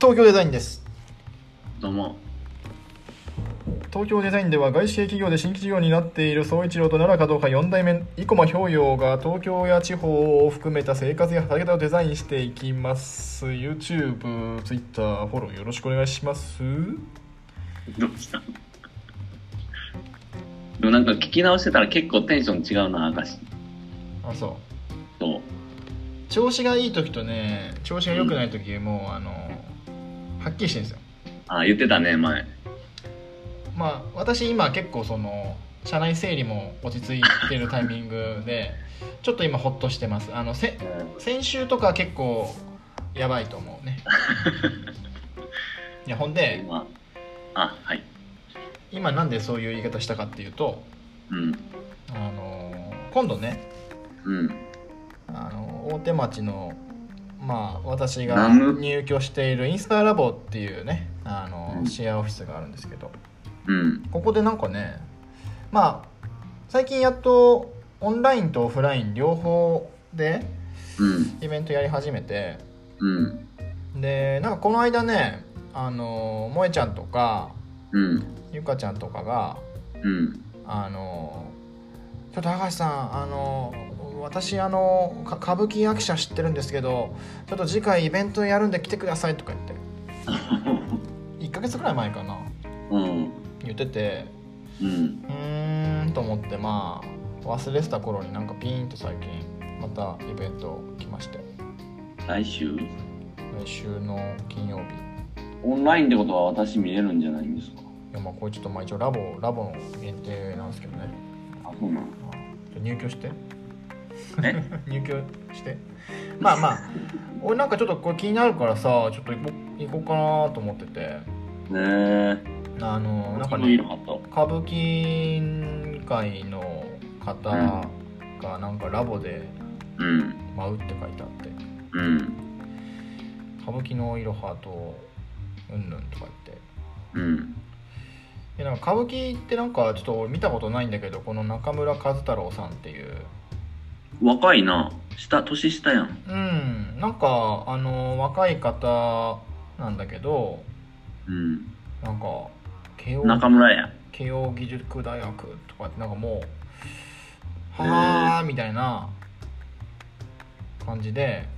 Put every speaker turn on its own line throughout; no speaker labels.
東京デザインです
どうも
東京デザインでは外資系企業で新規事業になっている総一郎と奈良かどうか4代目生駒氷洋が東京や地方を含めた生活や働き方をデザインしていきます YouTube、Twitter、フォローよろしくお願いします
どうしたでもなんか聞き直してたら結構テンション違うな明石
あそう
と
調子がいい時とね調子が良くない時もうあのはっきりしてるんですよ
あ言ってたね前
まあ私今結構その社内整理も落ち着いてるタイミングでちょっと今ホッとしてますあのせ先週とか結構やばいと思う ねいやほんで
今あはい
今なんでそういう言い方したかっていうと
うん
あの今度ね
うん
あの大手町のまあ私が
ナム
入居しているインスタラボっていうねあの
うん
シェアオフィスがあるんですけど
うん
ここでなんかねまあ最近やっとオンラインとオフライン両方で
うん
イベントやり始めて
うん
でなんかこの間ねあの萌ちゃんとか
うん
ゆかちゃんとかが
うん
あのちょっと高橋さんあの私あのか歌舞伎役者知ってるんですけどちょっと次回イベントやるんで来てくださいとか言って1ヶ月ぐらい前かな
うん
言ってて
うん
うーんと思ってまあ忘れてた頃になんかピーンと最近またイベント来まして
来週
来週の金曜日い
オンラインってことは私見れるんじゃないんですか
やまあこれちょっとまあ一応ラボラボの限定なんですけどね
あそうなの
じゃあ入居して
え
入居してまあまあ俺なんかちょっとこれ気になるからさちょっと行こ行こうかなと思ってて
ねえ
あのなんか
いい
ね
のかった
歌舞伎界の方がなんかラボで
うん
舞うって書いてあって
うん
歌舞伎のいろはとうんぬんとか言って
うん
でなんか歌舞伎ってなんかちょっと俺見たことないんだけどこの中村和太郎さんっていう
若いな下年下やん
うんなんかあの若い方なんだけど
うん
なんか慶応
中村や
慶応義塾大学とかってなんかもうはあみたいな感じで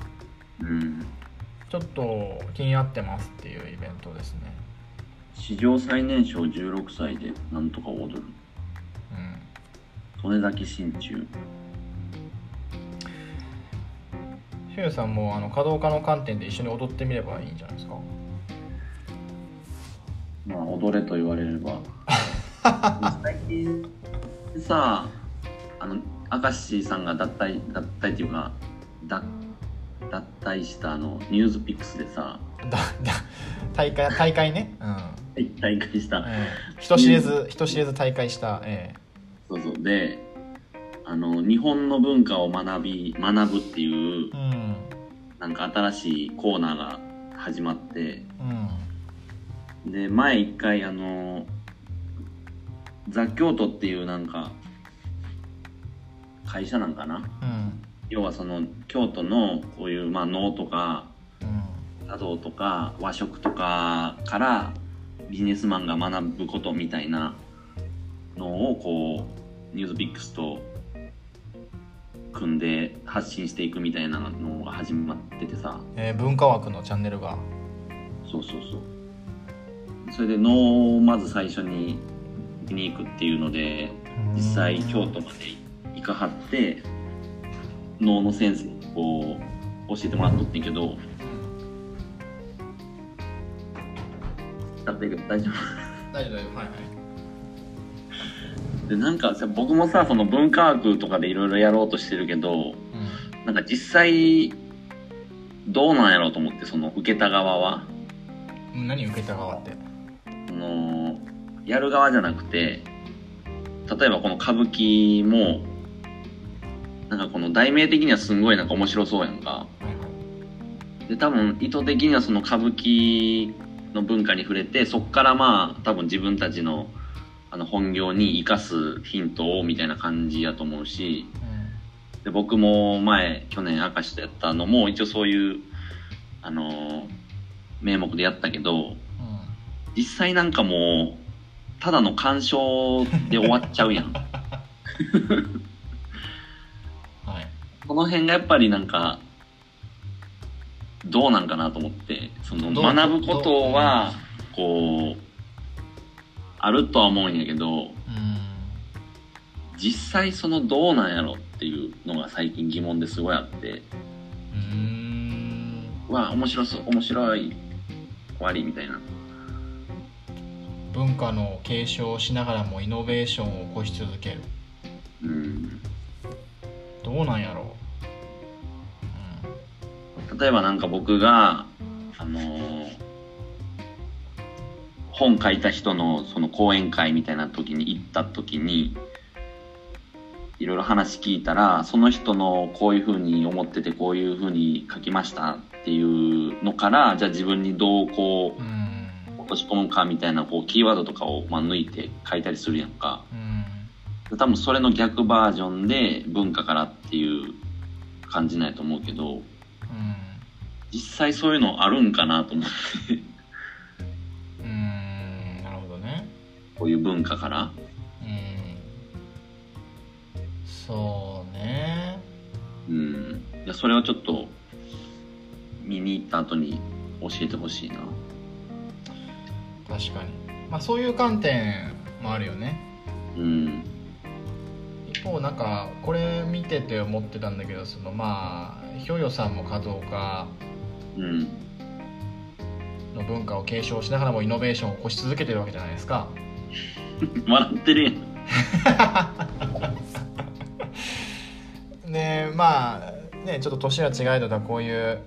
うん
ちょっと気になってますっていうイベントですね
史上最年少16歳でなんとか踊る利根崎真鍮
うんしゅうさんもあの稼働家の観点で一緒に踊ってみればいいんじゃないですか
まあ踊れと言われれば最近さあの明石さんが脱退脱退っていうか脱脱退したあのニュースピックスでさ
だだ大会大会ねうん、
大会した
ええ人知れず人知れず大会したえ
そうそうであの日本の文化を学び学ぶっていう
えうん
なんか新しいコーナーが始まって
うん
で前一回あのザ・京都っていうなんか会社なんかな
うん
要はその京都のこういうまあ能とか
うん
茶道とか和食とかからビジネスマンが学ぶことみたいなのをこうニュースピックスと組んで発信していくみたいなのが始まっててさ
ええ文化枠のチャンネルが
そうそうそうそれで能をまず最初に見に行くっていうので実際京都まで行かはって能の先生にこう教えてもらっとってんけど食べて大丈
大丈夫大丈夫はいはい
夫でなんかさ僕もさその文化学とかでいろいろやろうとしてるけど
うん
なんか実際どうなんやろうと思ってその受けた側は
何受けた側って
そのやる側じゃなくて例えばこの歌舞伎もなんかこの題名的にはすんごいなんか面白そうやんかで多分意図的にはその歌舞伎の文化に触れてそっからまあ多分自分たちのあの本業に生かすヒントをみたいな感じやと思うしで僕も前去年明石とやったのも一応そういうあの名目でやったけど、
う
実際なんかもう、ただの鑑賞で終わっちゃうやん。
んはい
この辺がやっぱりなんか、どうなんかなと思って、その
どう
学ぶことは、こう、あるとは思うんやけど、
うん
実際そのどうなんやろっていうのが最近疑問ですごいあって、
うーん
うわ、面白そう、面白い、終わりみたいな。
文化の継承をしながらもイノベーションを起こし続ける
うん。
どうなんやろう、
例えばなんか僕が、あのー本書いた人のその講演会みたいな時に行った時に、いろいろ話聞いたら、その人のこういうふうに思ってて、こういうふうに書きましたっていうのから、じゃあ自分にどうこ
う
う、
ん
落とし込むかみたいな、こう、キーワードとかを、まあ、抜いて書いたりするやんか。
うん
多分それの逆バージョンで文化からっていう感じないと思うけど
う
実際そういうのあるんかなと思って
んうんなるほどね
こういう文化から
うんそうね
うんいやそれはちょっと見に行った後に教えてほしいな
確かにまあそういう観点もあるよね
うん
一方なんかこれ見てて思ってたんだけどそのまあひょうよさんも加藤家
うん
の文化を継承しながらもイノベーションを起こし続けてるわけじゃないですか
笑ってるやん
ねえまあねちょっと年は違えどだこういう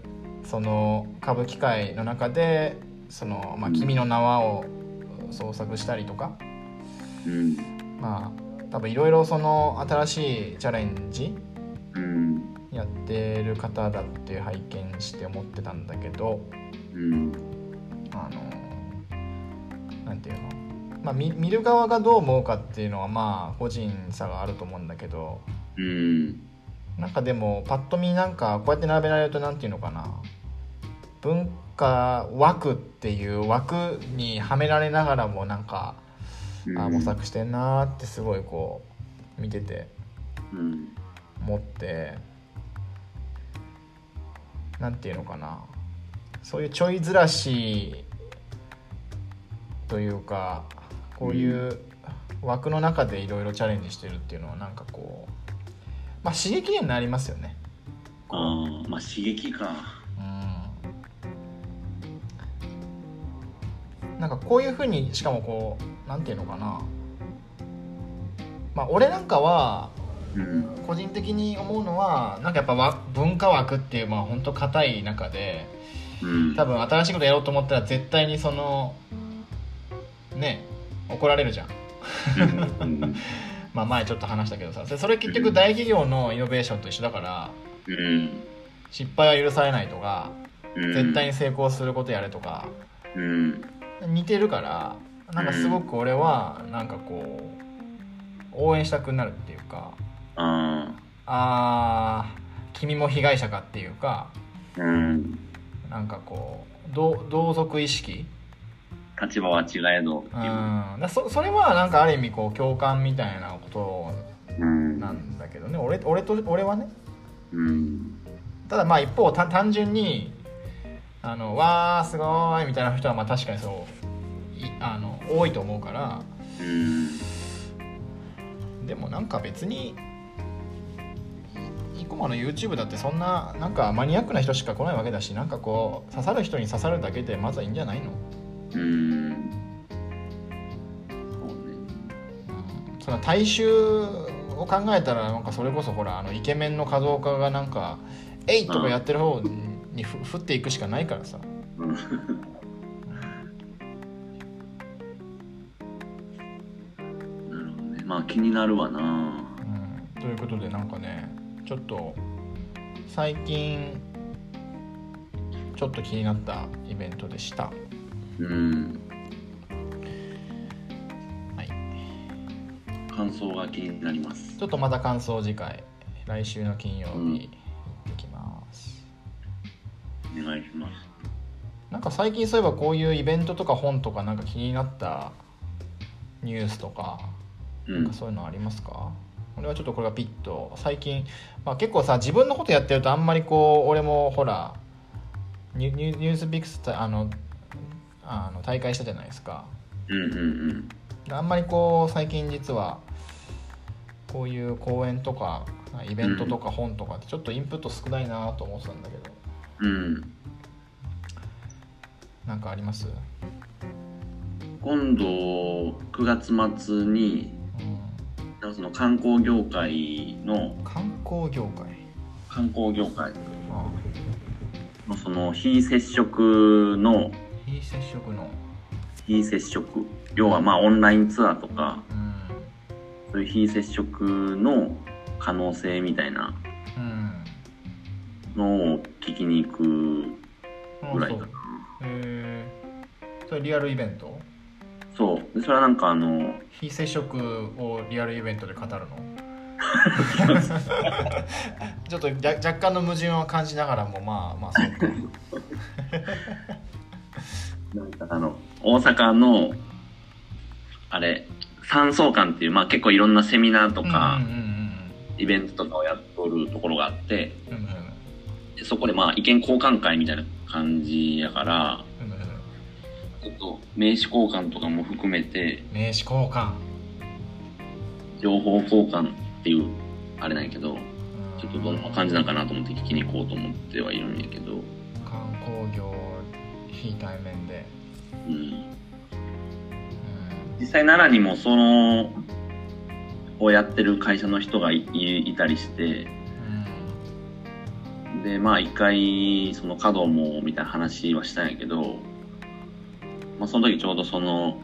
その歌舞伎界の中で「そのまあ、
うん
君の名は」を創作したりとか
うん
まあ多分いろいろその新しいチャレンジ
うん
やってる方だって拝見して思ってたんだけど
うん
あのなんていうの、まあ、見見る側がどう思うかっていうのはまあ個人差があると思うんだけど
うん
なんかでもパッと見なんかこうやって並べられるとなんていうのかな文化枠っていう枠にはめられながらもなんか、
うん
あ模索してんなーってすごいこう見てて
うん
思ってなんていうのかなそういうちょいずらしというかこういう枠の中でいろいろチャレンジしてるっていうのはなんかこうまあ刺激にはなりますよね。
ああまあ刺激か
うんなんかこういうふうにしかもこうなんていうのかなまあ俺なんかは
うん
個人的に思うのはなんかやっぱわ文化枠っていうまあ本当硬い中で
うん
多分新しいことやろうと思ったら絶対にそのね怒られるじゃん
うん
まあ前ちょっと話したけどさでそれ結局大企業のイノベーションと一緒だから
うん
失敗は許されないとか
うん
絶対に成功することやれとか
うん
似てるからなんかすごく俺はなんかこう応援したくなるっていうか
あ
あー君も被害者かっていうか
あうん
なんかこう同同族意識
立場は違えどって
う
い
んだそそれはなんかある意味こう共感みたいなこと
う。うん
なんだけどね俺俺と俺はね
うん。
ただまあ一方た単純にあのわーすごーいみたいな人はまあ確かにそういあの多いと思うから
うん。
でもなんか別にいイコマの YouTube だってそんななんかマニアックな人しか来ないわけだしなんかこう刺さる人に刺さるだけでまずはいいんじゃないの、
うん。そうね。
うん、その大衆を考えたらなんかそれこそほらあのイケメンの稼働家がなんか「えい!」とかやってる方にふ振っていくしかないからさ
うん。なるほどね。まあ気になるわな。
うんということでなんかねちょっと最近ちょっと気になったイベントでした。
うん。
はい
感想が気になります。
ちょっとまた感想次回来週の金曜日行ってきます、
お願いします。
なんか最近そういえばこういうイベントとか本とかなんか気になったニュースとか
う
なん
ん
かそういうのありますか俺はちょっとこれがピッと最近、まあ、結構さ自分のことやってるとあんまりこう俺もほらニュニュニュースピックスたあのあの大会したじゃないですか
うんうん
あんまりこう最近実はこういう講演とかイベントとか本とかってちょっとインプット少ないなと思ってたんだけど
うんうん
なんかあります、
今度9月末に
うん、
なんかその観光業界の
観光業界
観光業界
あ
のその非接触の
非接触の
非接触要はまあオンラインツアーとか
うん
そういう非接触の可能性みたいな
うん
のを聞きに行く
あ
ぐらいかな
そうへえそれリアルイベント
そうでそれはなんかあの
非接触をリアルイベントで語 るのちょっと若若干の矛盾を感じながらもまあまあそうか
なんかあの大阪のあれ三層館っていう、まあ、結構いろんなセミナーとか、
うんうん
イベントとかをやっとるところがあって
うんうんうんうん
でそこでまあ意見交換会みたいな感じやから
うんうんうん
ちょっと名刺交換とかも含めて
名刺交換
情報交換っていうあれなんやけど
うん
ちょっとどんな感じなんかなと思って聞きに行こうと思ってはいるんやけど、
観光業非対面で、
うん、
うん、
実際奈良にもそのをやってる会社の人がいいいたりしてでまあ一回その華道もみたいな話はしたんやけど、まあ、その時ちょうどその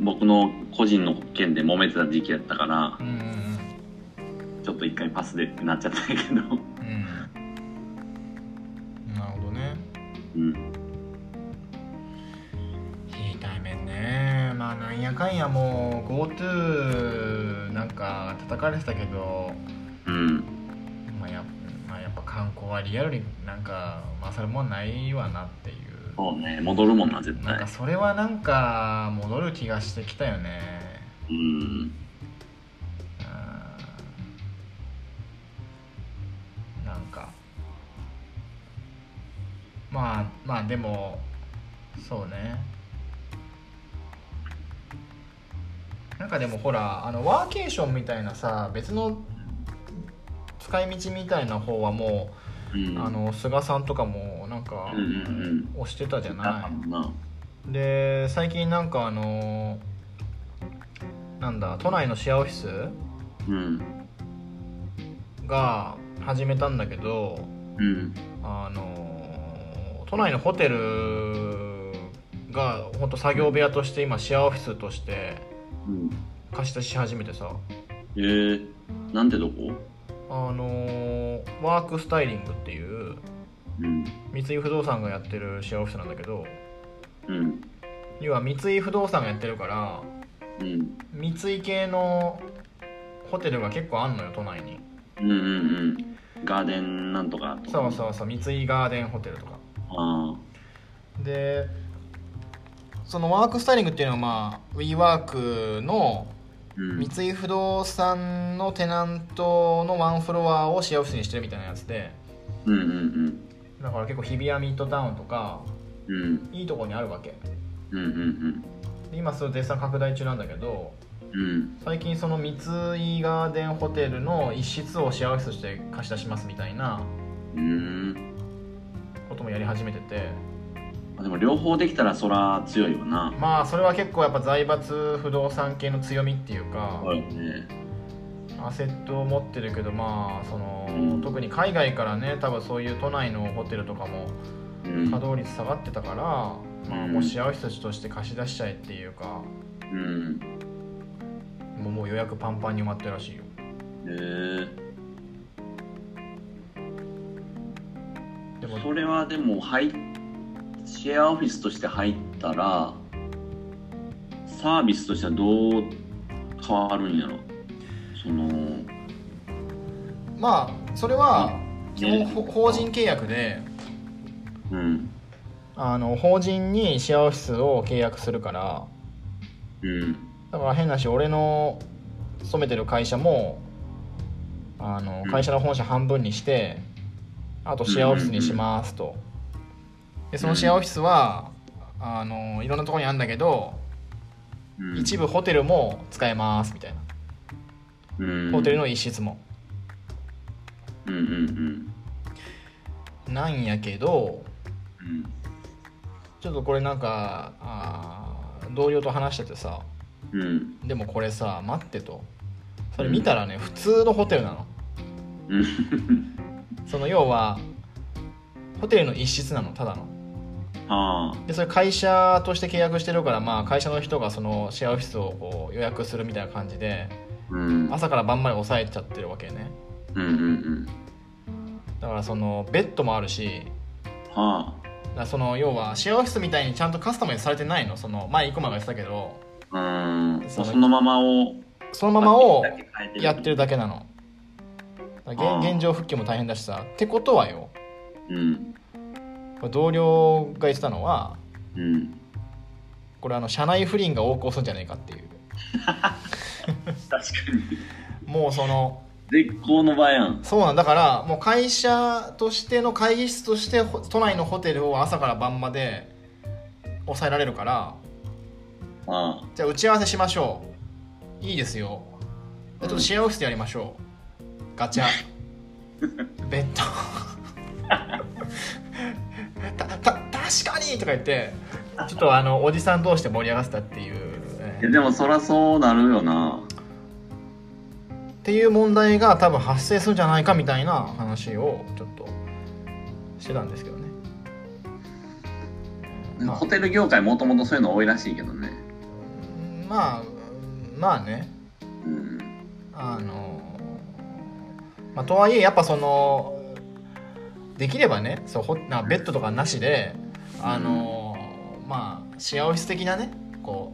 僕の個人の件で揉めてた時期やったから
うんうん
ちょっと一回パスでってなっちゃったんやけ
うん
ど、
うんうんなるほどね
うん、
非対面ねまあなんやかんやもう GoTo なんか叩かれてたけど、
うん
まあやまあ、やっぱ観光はリアルになんか勝るもんないわなっていう
そうね戻るもんな絶
なん
対
かそれはなんか戻る気がしてきたよね
うん
うんなんかまあまあでもそうねなんかでもほらあのワーケーションみたいなさ別の使い道みたいな方はも
う
う、
ん
あの菅さんとかもなんか
うんうんうん
押してたじゃ
な
ない
んかな
で最近なんかあのなんだ都内のシェアオフィス
うん
が始めたんだけど
うん
あの都内のホテルが本当作業部屋として今シェアオフィスとして
うん
貸し出しし始めてさ
えー、なんてどこ
あのワークスタイリングっていう
うん
三井不動産がやってるシェアオフィスなんだけど
うん
要は三井不動産がやってるから
うん
三井系のホテルが結構あんのよ都内に
うんうんうんガーデンなんとかとか
そうそうそう三井ガーデンホテルとか
あ
でそのワークスタイリングっていうのはまあ WeWork の
あうん
三井不動産のテナントのワンフロアをシェアオフィスにしてるみたいなやつで
うんうん
だから結構日比谷ミッドタウンとか
うんうん
いいとこにあるわけ
うんうん
で今それ絶賛拡大中なんだけど
うんうん
最近その三井ガーデンホテルの一室をシェアオフィスとして貸し出しますみたいな
うん
こともやり始めてて
まあでも両方できたらそら強いよな
まあそれは結構やっぱ財閥不動産系の強みっていうか、
そうよね
アセットを持ってるけどまあその、
うん
特に海外からね多分そういう都内のホテルとかも
う
稼
ん
働率下がってたから、まあ、
うん
もうシェアオフィスとして貸し出しちゃえっていうか
うん
もうもう予約パンパンに埋まってるらしいよ
へえ
でも
それはでも入っシェアオフィスとして入ったらサービスとしてはどう変わるんやろその
まあそれは基本
ね
ほ法人契約で
うん
あの法人にシェアオフィスを契約するから
うん。
だから変な話俺の勤めてる会社もあの
うん
会社の本社半分にしてあとシェアオフィスにしますとでそのシェアオフィスはあのいろんなところにあるんだけど
うん、
一部ホテルも使えますみたいな
うん、
ホテルの一室も
うんうんうん
なんやけど
うん
ちょっとこれなんかあー同僚と話しててさ
うん
でもこれさ待ってとそれ見たらね普通のホテルなの
うん
その要はホテルの一室なのただの
あ
でそれ会社として契約してるから、まあ、会社の人がそのシェアオフィスをこう予約するみたいな感じで
あうん
朝から晩まで抑えちゃってるわけね
うんうんうん
だからそのベッドもあるし
は
だからその要はシェアオフィスみたいにちゃんとカスタマイズされてないのその前生駒が言ってたけど
あうんもう
その
そのままを
そのままを
だけ変え
やってるだけなのだから現現状復帰も大変だしさってことはよ
うん
これ同僚が言ってたのは
うん
これあの社内不倫が横行するんじゃないかっていう
確かに
もうその
絶好の場やん
そうなんだからもう会社としての会議室としてほ都内のホテルを朝から晩まで抑えられるから
あ
じゃあ打ち合わせしましょういいですよじゃあちょっとシェアオフィスでやりましょうガチャベッドたた確かにとか言ってちょっとあのおじさん同士で盛り上がってたっていう、ね
あいやでもそらそうなるよな
っていう問題が多分発生するんじゃないかみたいな話をちょっとしてたんですけどね。まあ
ホ、テル業界もともとそういうの多いらしいけどね
まあ、まあね
うん
あの、まあ、とはいえやっぱそのできればねそうほなベッドとかなしであの、まあシェアオフィス的なねこ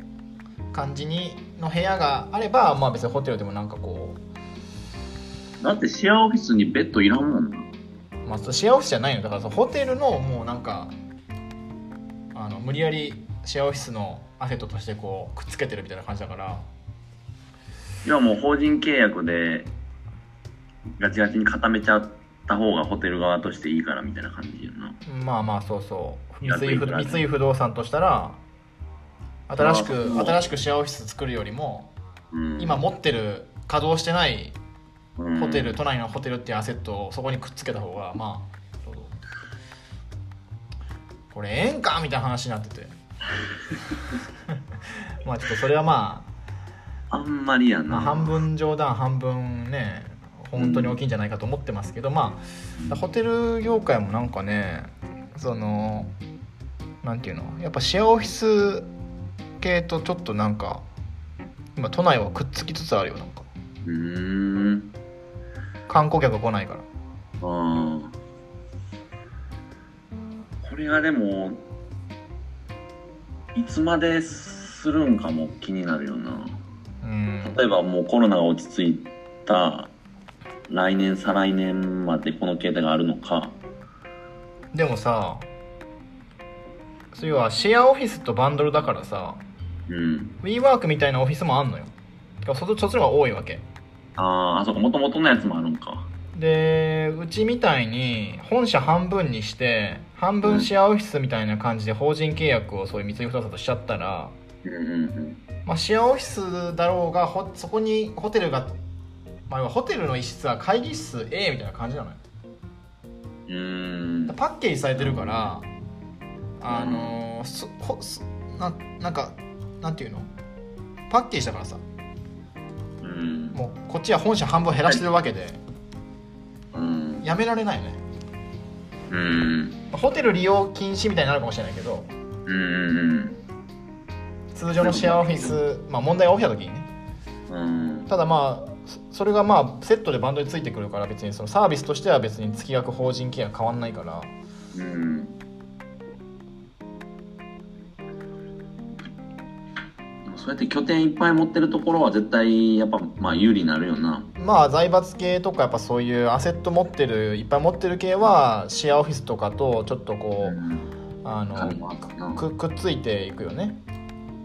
う感じにの部屋があれば、まあ、別にホテルでもなんかこ
だってシェアオフィスにベッドいらんもんな
う、まあ、そうシェアオフィスじゃないのだからそのホテルのもうなんかあの無理やりシェアオフィスのアセットとしてこうくっつけてるみたいな感じだから。
要はもう法人契約でガチガチに固めちゃった方がホテル側としていいからみたいな感じやな
まあまあそうそう
いや
三井不
いくらね
三井不動産としたら新し
あー
く
そう
新しくシェアオフィス作るよりも
うん
今持ってる稼働してない
うん
ホテル、都内のホテルっていうアセットをそこにくっつけた方がまあそうそうこれええんかみたいな話になって てまあちょっとそれはま
あんまりや
あ、
な、
まあ、半分冗談半分ね本当に大きいんじゃないかと思ってますけど、まあホテル業界もなんかねそのなんていうのやっぱシェアオフィス系とちょっとなんか今都内はくっつきつつあるよなんか
うーん
観光客が来ないから
うんこれがでもいつまでするんかも気になるよな
うん
例えばもうコロナが落ち着いた来年再来年までこの形態があるのか
でもさそれはシェアオフィスとバンドルだからさ
うん
WeWork みたいなオフィスもあんのよだからそそっちの方が多いわけ
あーあそうかもともとのやつもあるんか
でうちみたいに本社半分にして半分シェアオフィスみたいな感じで法人契約をそういう三井不動産としちゃったら、
うんうん
まあ、シェアオフィスだろうがほそこにホテルが、まあ、要はホテルの一室は会議室 A みたいな感じなのよ
うんうーん
パッケージされてるからあのーそほそななんかなんていうのパッケージだからさ
うん
もうこっちは本社半分減らしてるわけで
うん
やめられないよね
うん
ホテル利用禁止みたいになるかもしれないけど
うん
通常のシェアオフィス、まあ、問題が起きた時にね
うん
ただまあそそれがまあセットでバンドについてくるから別にそのサービスとしては別に月額法人契約変わんないから
うんそうやって拠点いっぱい持ってるところは絶対やっぱまあ有利になるよな
まあ財閥系とかやっぱそういうアセット持ってるいっぱい持ってる系はシェアオフィスとかとちょっとこう、あの
感もあったな
くくっついていくよね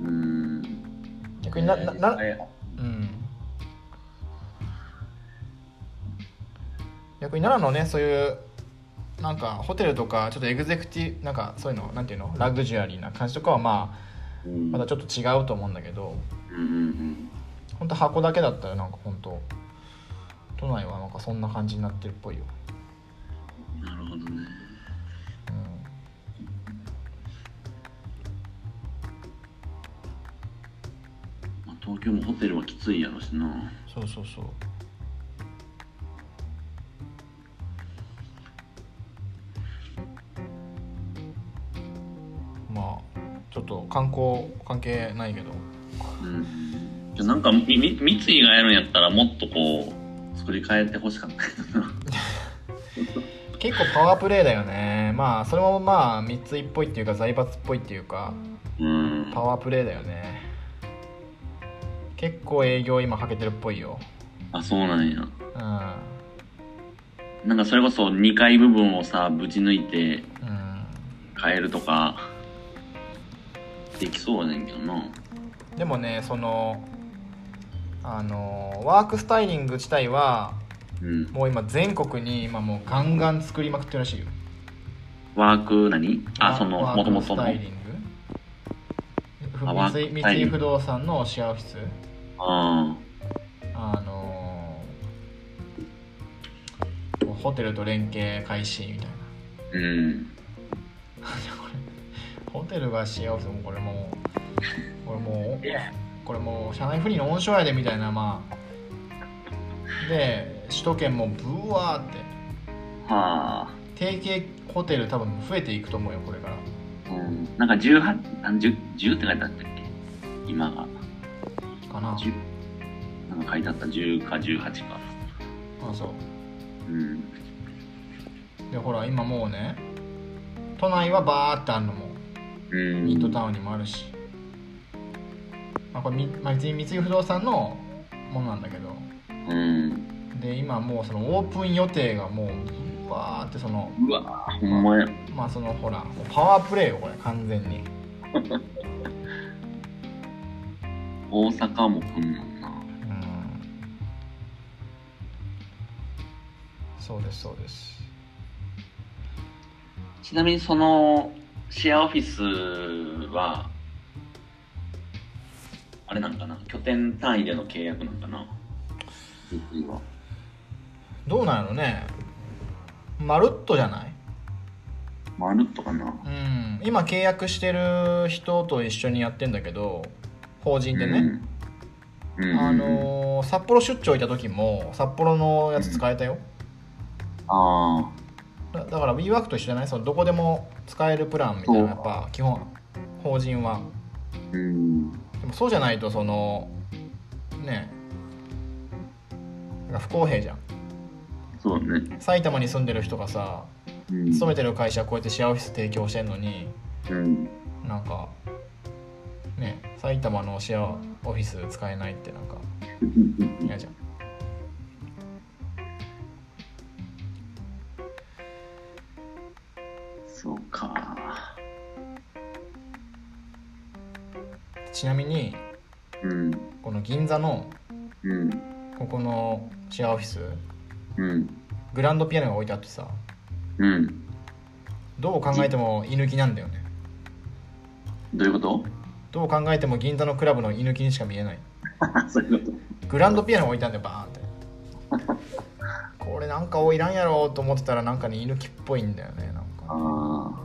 うん
逆にななな、
えー
うん逆に奈良のねそういうなんかホテルとかちょっとエグゼクティなんかそういうのなんていうのラグジュアリーな感じとかはまあ
うん
またちょっと違うと思うんだけど
うんうん
本当箱だけだったらなんか本当都内はなんかそんな感じになってるっぽいよ、
うんなるほどね
うん、
まあ、東京もホテルはきついやろしな
そうそうそうまあちょっと観光関係ないけど
うんじゃあなんかみみ三井がやるんやったらもっとこう作り変えてほ しかったけどな
結構パワープレイだよねまあそれもまあ三井っぽいっていうか財閥っぽいっていうか
うん
パワープレイだよね結構営業今かけてるっぽいよ
あそうなんや
うん
なんかそれこそ2階部分をさぶち抜いて
うん
変えるとかできそうやねんけどな
でもねそのあのワークスタイリング自体は
うん
もう今全国に今もうガンガン作りまくってるらしいよ
ワーク何あその
ワ
も
ー
と
ク
も
ス
との
タイリング
あワーク
三井
スタイ
三
リン
井
グ
不動産のシェアオフィス
あ
あのーホテルと連携開始みたいな
ーうん
これホテルがシェアオフィスもこれもうこれもうこれもう社内不利の温床やでみたいなまあで首都圏もブワーって
はあ
提携ホテル多分増えていくと思うよこれから
うんなんか18あ10 10って書いてあったっけ今が
かな
10なんか書いてあった10か18か
あそう
うん
でほら今もうね都内はバーってあるのも
うん
ミッドタウンにもあるし、まあ、これみ、まあ、別に三井不動産のものなんだけど
うん
で今もうそのオープン予定がもううわーってその
うわほんまや
まあそのほらもうパワープレイよこれ完全に
大阪も来んのんな
うんそうですそうです
ちなみにそのシェアオフィスはあれなんかな拠点単位での契約なんかな三井は
どうなのねまるっとじゃない
まるっとかな
うん今契約してる人と一緒にやってんだけど法人でね、
うん、うんうんうん
あのー札幌出張いた時も札幌のやつ使えたよ
あ
だだから WeWork と一緒じゃないそのどこでも使えるプランみたいなのや
そ
っ
う
ぱ基本法人は
ーうん
でもそうじゃないとそのねなんか不公平じゃん
そうだね
埼玉に住んでる人がさ
うん
勤めてる会社こうやってシェアオフィス提供してんのに
うん
なんかね埼玉のシェアオフィス使えないってなんか嫌じゃん
そうか
ちなみに
うん
この銀座の
うん
ここのシェアオフィス
うん
グランドピアノが置いてあってさ
うん
どう考えても居抜きなんだよね
どういうこと
どう考えても銀座のクラブの居抜きにしか見えない
そういうこと
グランドピアノが置いてあんだよバーンってこれなんかいらんやろと思ってたらなんかね居抜きっぽいんだよねなん
あ
か
あ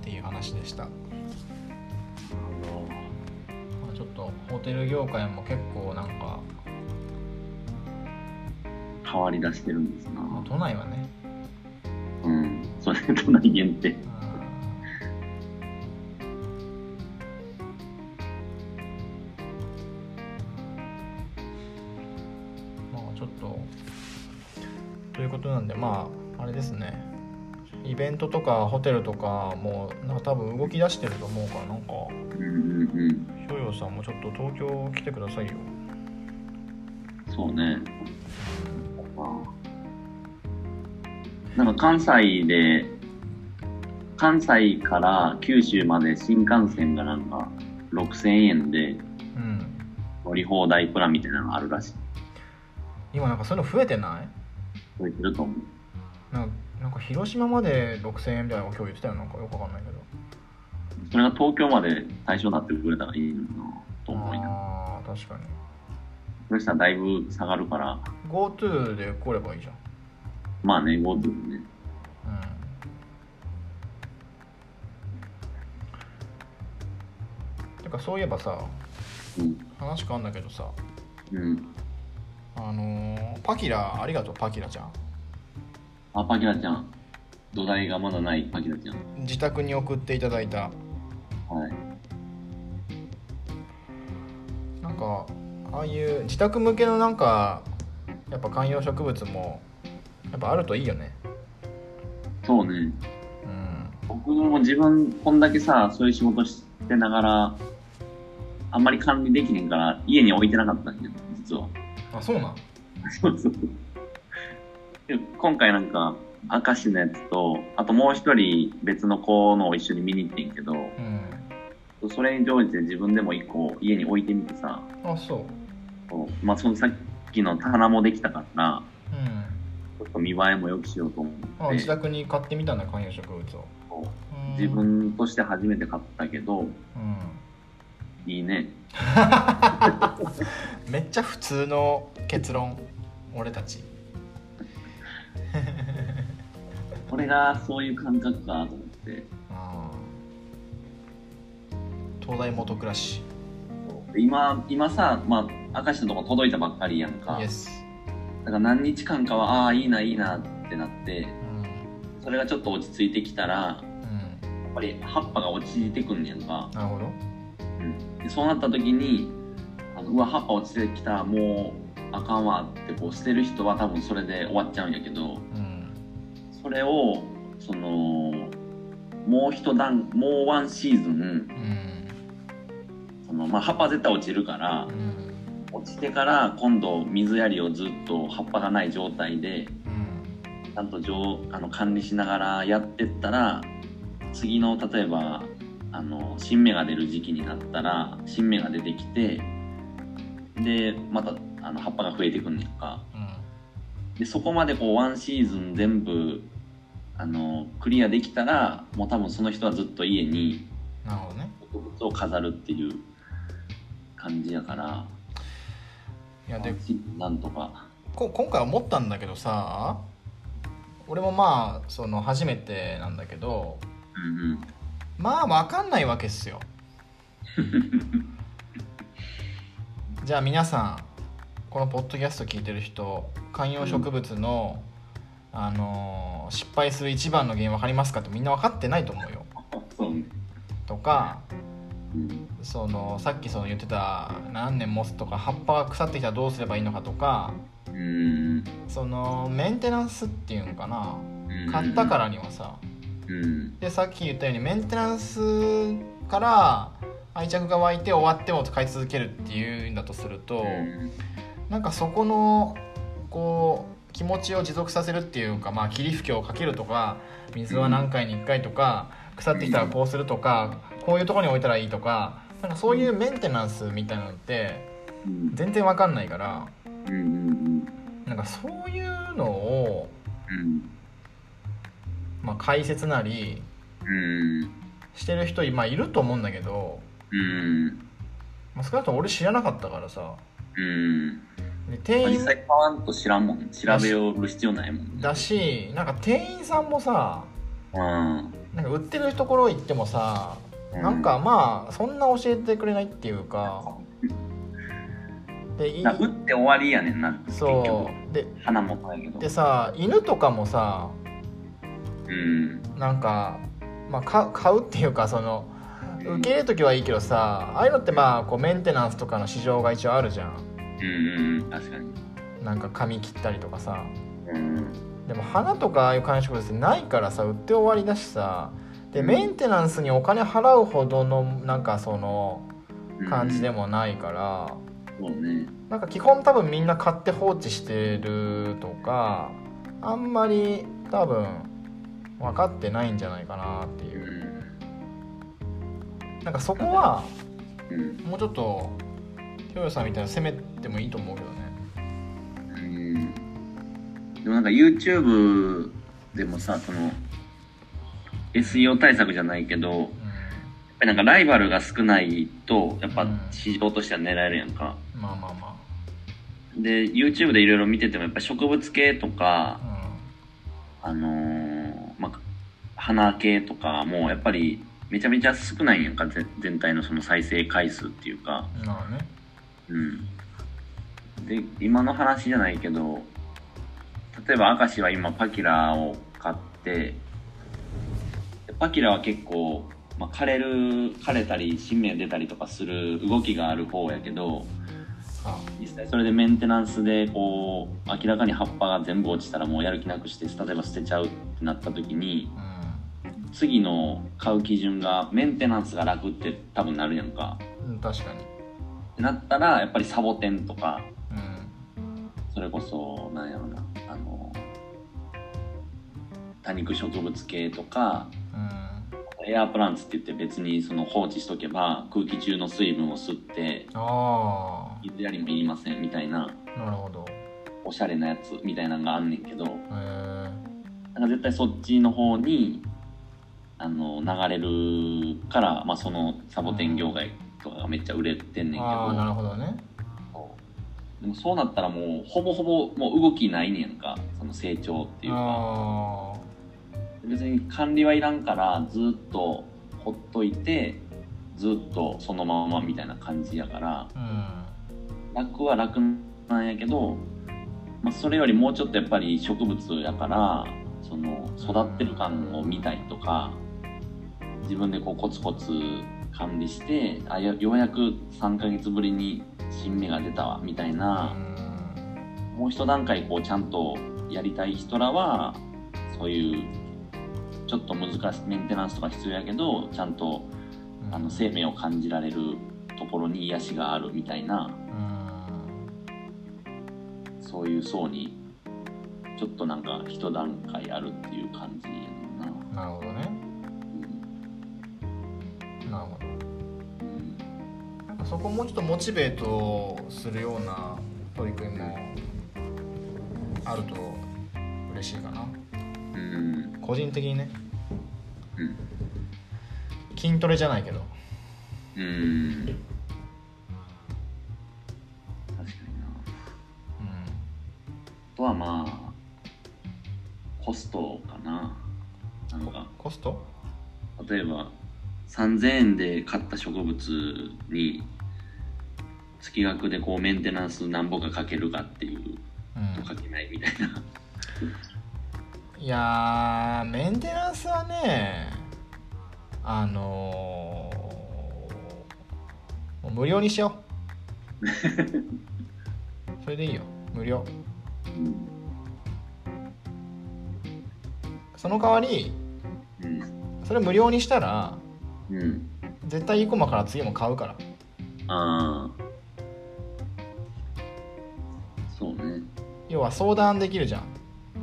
っていう話でした、まあ、ちょっとホテル業界も結構なんか、
変わり出してるんですな
まあ、都内はね
うんそれ都内限定
まあちょっとということなんでまああれですねイベントとかホテルとかもなんか多分動き出してると思うからなんか
うんうん
ひょよさんもちょっと東京来てくださいよ
うんそうねまあなんか関西で、関西から九州まで新幹線がなんか6000円で
うん
乗り放題プランみたいなのがあるらしい。
今なんかそういうの増えてない
増えてると思う。
なんかなんか広島まで6000円みたいなの今日言ってたよなんかよくわかんないけど
それが東京まで対象になってくれたらいいのになと思いながら。
ああ確かに
そしたらだいぶ下がるから、
GoTo で来ればいいじゃん
まあね、GoTo ね。
うんてかそういえばさ
うん。
話変わんだけどさ
うん。
あのーパキラありがとうパキラちゃん
あ、パキラちゃん。土台がまだないパキラちゃん。
自宅に送っていただいた
はい。
なんかああいう自宅向けのなんかやっぱ観葉植物もやっぱあるといいよね
そうね。
うん
僕も自分、こんだけさ、そういう仕事してながら、あんまり管理できへんから、家に置いてなかったんや、実は。
あそうなん
そうそう。で今回なんか、明石のやつと、あともう一人別の子のを一緒に見に行ってんけど、
うん
それに乗じて自分でも一個家に置いてみてさ、
あそう
こうまあそのさっきの棚もできたから、
うん
ちょっと見栄えも良くしようと思
あ
って、
自宅に買ってみたんだ観葉植物を
こ
うん
う自分として初めて買ったけど、
う
いいね。
んめっちゃ普通の結論俺たち
これがそういう感覚かと思って。
あー東大元暮らし
で今、今さ、まあ、明石のとこ届いたばっかりやんか
イエ。ス、
だから何日間かは、ああー、いいな、いいなってなって、
うん
それがちょっと落ち着いてきたら、
うん、
やっぱり葉っぱが落ちてくんねやんか。
なるほど
でそうなった時に、あのうわ、葉っぱ落ちてきた、もうあかんわってこう捨てる人は多分それで終わっちゃうんやけ
う
ど、
ん
それを、その、もう一段、もうワンシーズン、
うん
そのまあ、葉っぱは絶対落ちるから
う、ん
落ちてから今度水やりをずっと葉っぱがない状態で
うん
ちゃんと上あの管理しながらやってったら次の例えばあの新芽が出る時期になったら新芽が出てきてでまたあの葉っぱが増えてくんねんか
うん
でそこまでこうワンシーズン全部あのクリアできたらもう多分その人はずっと家に
なるほどね
植物を飾るっていう感じやから
いやで
なんとか
こ今回思ったんだけどさ俺もまあその初めてなんだけど
うんうん
まあ分かんないわけっすよじゃあ皆さんこのポッドキャスト聞いてる人観葉植物の、あのー失敗する一番の原因分かりますかってみんな分かってないと思うよ
あそうね
とか
うん
そのさっきその言ってた何年持つとか葉っぱが腐ってきたらどうすればいいのかとか
うん
そのメンテナンスっていうのかな
うん
買ったからにはさ
うん
でさっき言ったようにメンテナンスから愛着が湧いて終わっても買い続けるっていうんだとすると、
うん
なんかそこのこう気持ちを持続させるっていうか、まあ、霧吹きをかけるとか水は何回に1回とか腐ってきたらこうするとかこういうところに置いたらいいとかなんかそういうメンテナンスみたいなのって
うん
全然わかんないから
うんうん
なんかそういうのを、
うん
まあ、解説なり
うん
してる人今いると思うんだけど、
うん
まあ、少なくとも俺知らなかったからさ
うん
で店
実
員
際買わんと知らんもん調べよる必要ないもん
だしなんか店員さんもさ
うん
なんか売ってるところ行ってもさ
う
なんかまあそんな教えてくれないっていうかでい
な打って終わりやねんな
そうで
う花もたやけど
でさ犬とかもさ
うん
なんか、まあ、か買うっていうかその受け入れる時はいいけどさああいうのってまあこうメンテナンスとかの市場が一応あるじゃん
うんうん確かに
なんか髪切ったりとかさ
うん
でも花とかああいう観葉植物ってないからさ売って終わりだしさで
うん
メンテナンスにお金払うほどのなんかその感じでもないから、
そうね
なんか基本多分みんな買って放置してるとかあんまり多分分かってないんじゃないかなっていうなんかそこは
うん
もうちょっとヨヨさんみたいなの攻めてもいいと思うけどね
うんでもなんか YouTube でもさその SEO 対策じゃないけどやっぱりなんかライバルが少ないとやっぱ市場としては狙えるやんか
うんまあまあま
で YouTube でいろいろ見ててもやっぱ植物系とか
あ
あのーまあ、花系とかもやっぱりめちゃめちゃ少ないんやんかぜ全体のその再生回数っていうか
うんなるほどね
うんで今の話じゃないけど例えば明石は今パキラを買ってでパキラは結構、まあ、枯れる枯れたり新芽出たりとかする動きがある方やけど
あ
実際それでメンテナンスでこう明らかに葉っぱが全部落ちたらもうやる気なくして例えば捨てちゃうってなった時に
う
次の買う基準がメンテナンスが楽って多分なるやんか
んうん確かに
ってなったらやっぱりサボテンとか
うん
それこそなんやろなあの多肉植物系とか
うん
エアープランツって言って別にその放置しとけば空気中の水分を吸って
あ
水やりもいりませんみたいな
あなるほどへ
おしゃれなやつみたいなのがあんねんけど
え
なんか絶対そっちの方にあの流れるから、まあ、そのサボテン業界とかがめっちゃ売れてんねんけ
ああな
ど
るほどね
でもそうなったらもうほぼほぼもう動きないねんかその成長っていうか
あ
別に管理はいらんからずっとほっといてずっとそのままみたいな感じやから
あうん
楽は楽なんやけど、まあ、それよりもうちょっとやっぱり植物やからその育ってる感を見たいとか自分でこうコツコツ管理してあよようやく3ヶ月ぶりに新芽が出たわみたいうな、
ん
もう一段階こうちゃんとやりたい人らはそういうちょっと難しいメンテナンスとか必要やけどちゃんとあの生命を感じられるところに癒しがあるみたいな。
うん
そういう層にちょっとなんか一段階あるっていう感じやねんな、
なるほどね
う
なるほ
んうん
どなんかそこをもうちょっとモチベートするような取り組みもあると嬉しいかな
うん
個人的にね
うん
筋トレじゃないけど
うん確かにな
う
あとはまあコストかななんか
んコスト
例えば3000円で買った植物に月額でこうメンテナンス何本かかけるかっていう
う
と
ん
かけないみたいな、
いやーメンテナンスはねあのーもう無料にしようそれでいいよ無料
うん
その代わり
うん
それ無料にしたら
うん
絶対イコマから次も買うから
ああ。そうね。
要は相談できるじゃん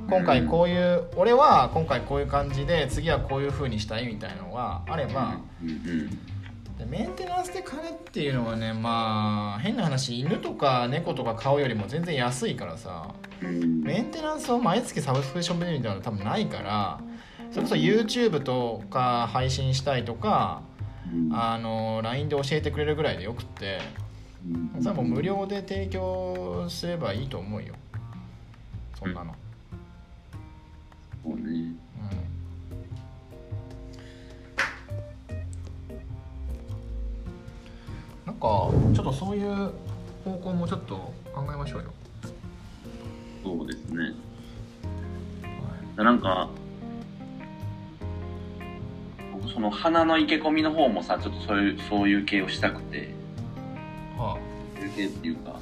今回こういう、俺は今回こういう感じで次はこういう風にしたいみたいのがあれば、
うんうん。
でメンテナンスで金っていうのはねまあ変な話犬とか猫とか買うよりも全然安いからさ
うん、
メンテナンスを毎月サブスクリプションビルみたいなの多分ないからそれこそ YouTube とか配信したいとか
うん
あの LINE で教えてくれるぐらいでよくってそれはもう無。料で提供すればいいと思うよそんなの、
そうね。
なんかちょっとそういう方向もちょっと考えましょうよ。
そうですね。なんか、僕その花の生け込みの方もさ、ちょっとそういう、そういう系をしたくて、
は
そういう系っていうか、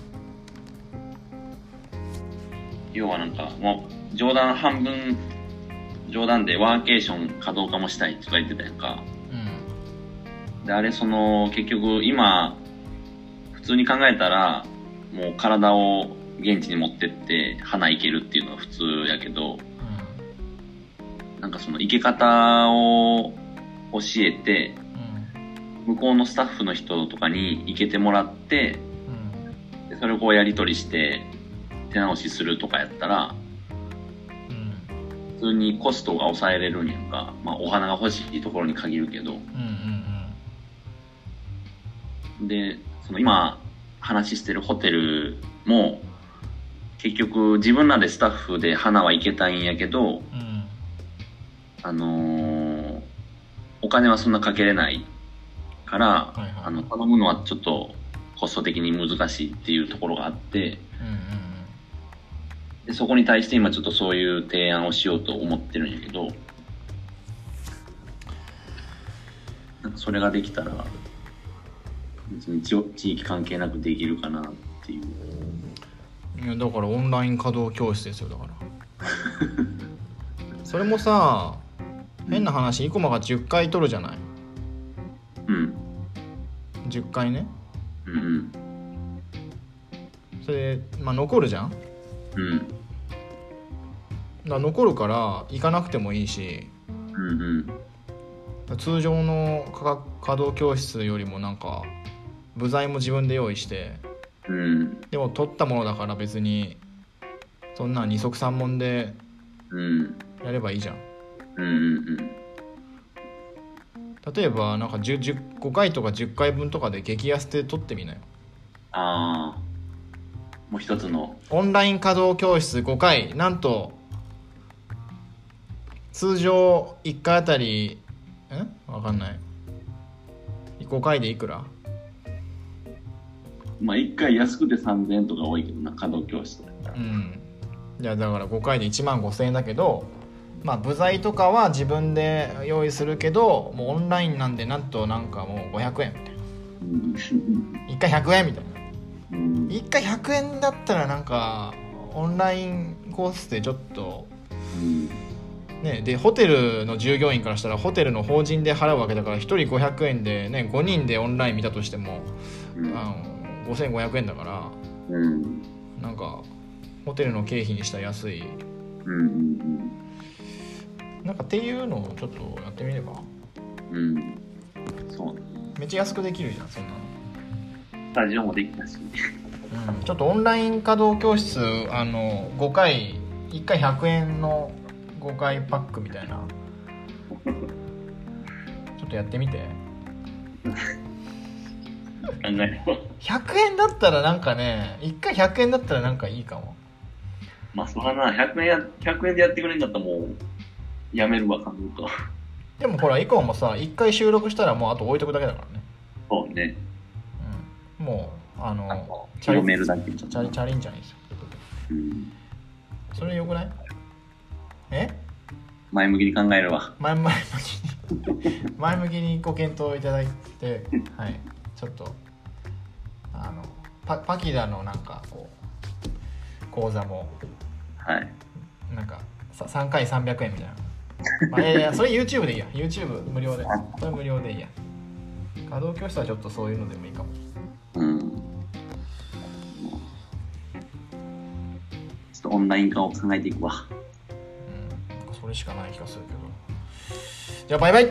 要はなんか、もう、冗談半分、冗談でワーケーションかどうかもしたいとか言ってたやんか。
あ、うん、
であれその結局今普通に考えたらもう体を現地に持ってって花いけるっていうのは普通やけどなんかその生け方を教えて
うん
向こうのスタッフの人とかに生けてもらってでそれをこうやり取りして手直しするとかやったら
うんうん
普通にコストが抑えれるんやんか、まあ、お花が欲しいところに限るけど
うんうん
でその今話してるホテルも結局自分らでスタッフで花は行けたいんやけ
う
ど
んうん
あのーお金はそんなかけれないから、
はいはい
あの頼むのはちょっとコスト的に難しいっていうところがあって
うん
でそこに対して今ちょっとそういう提案をしようと思ってるんやけどなんかそれができたら別に地地域関係なくできるかなっていう
うんいやだからオンライン稼働教室ですよ だからそれもさ変な話生駒が10回取るじゃない
うん
10回ね
うんうん
それで、まあ、残るじゃんだか
うん
ら残るから行かなくてもいいし
うんうん
通常の価格稼働教室よりもなんか部材も自分で用意して
うん
でも取ったものだから別にそんな二足三門で
うん
やればいいじゃん
うんうん
例えばなんか10 10 5回とか10回分とかで激安で取ってみなよ
ああもう一つの
オンライン稼働教室5回なんと通常1回あたりんわかんない5回でいくら
まあ1回安くて3000円とか多いけどな稼働教室だったら
うんいやだから5回で1万5,000円だけどまあ部材とかは自分で用意するけどもうオンラインなんでなんとなんかもう500円みたいな
うん
1回100円みたいな
うん
1回100円だったらなんかオンラインコースでちょっと
うん
ねでホテルの従業員からしたらホテルの法人で払うわけだから1人500円でね5人でオンライン見たとしてもあの5500円だから
うん
なんかホテルの経費にしたら安い
うん
なんかっていうのをちょっとやってみれば
うんうんそうね
めっちゃ安くできるじゃんそんな
スタジオもできたし
の、ちょっとオンライン稼働教室あの5回1回100円の5回パックみたいなちょっとやってみて
考えれば
100円だったらなんかね1回100円だったらなんかいいかも
まあそらな100円や100円でやってくれんだったらもうやめるわ感動か
でもほら以降もさ1回収録したらもうあと置いとくだけだからね、
そうね
うん、もうあ
あ
の
と広めるだけちょっ
チャリ
と
チャリンチャリンですよ
うん
それよくないえ
前向きに考えるわ
前前向きに 前向きにご検討いただいて、はい、ちょっとあのパパキダのなんかこう講座も
はい
なんかさ3回300円みたいな、まあ、いやいやそれ YouTube でいいや YouTube 無料でそれ無料でいいや稼働教室はちょっとそういうのでもいいかも
うんちょっとオンライン化を考えていくわ
うんそれしかない気がするけどじゃあバイバイ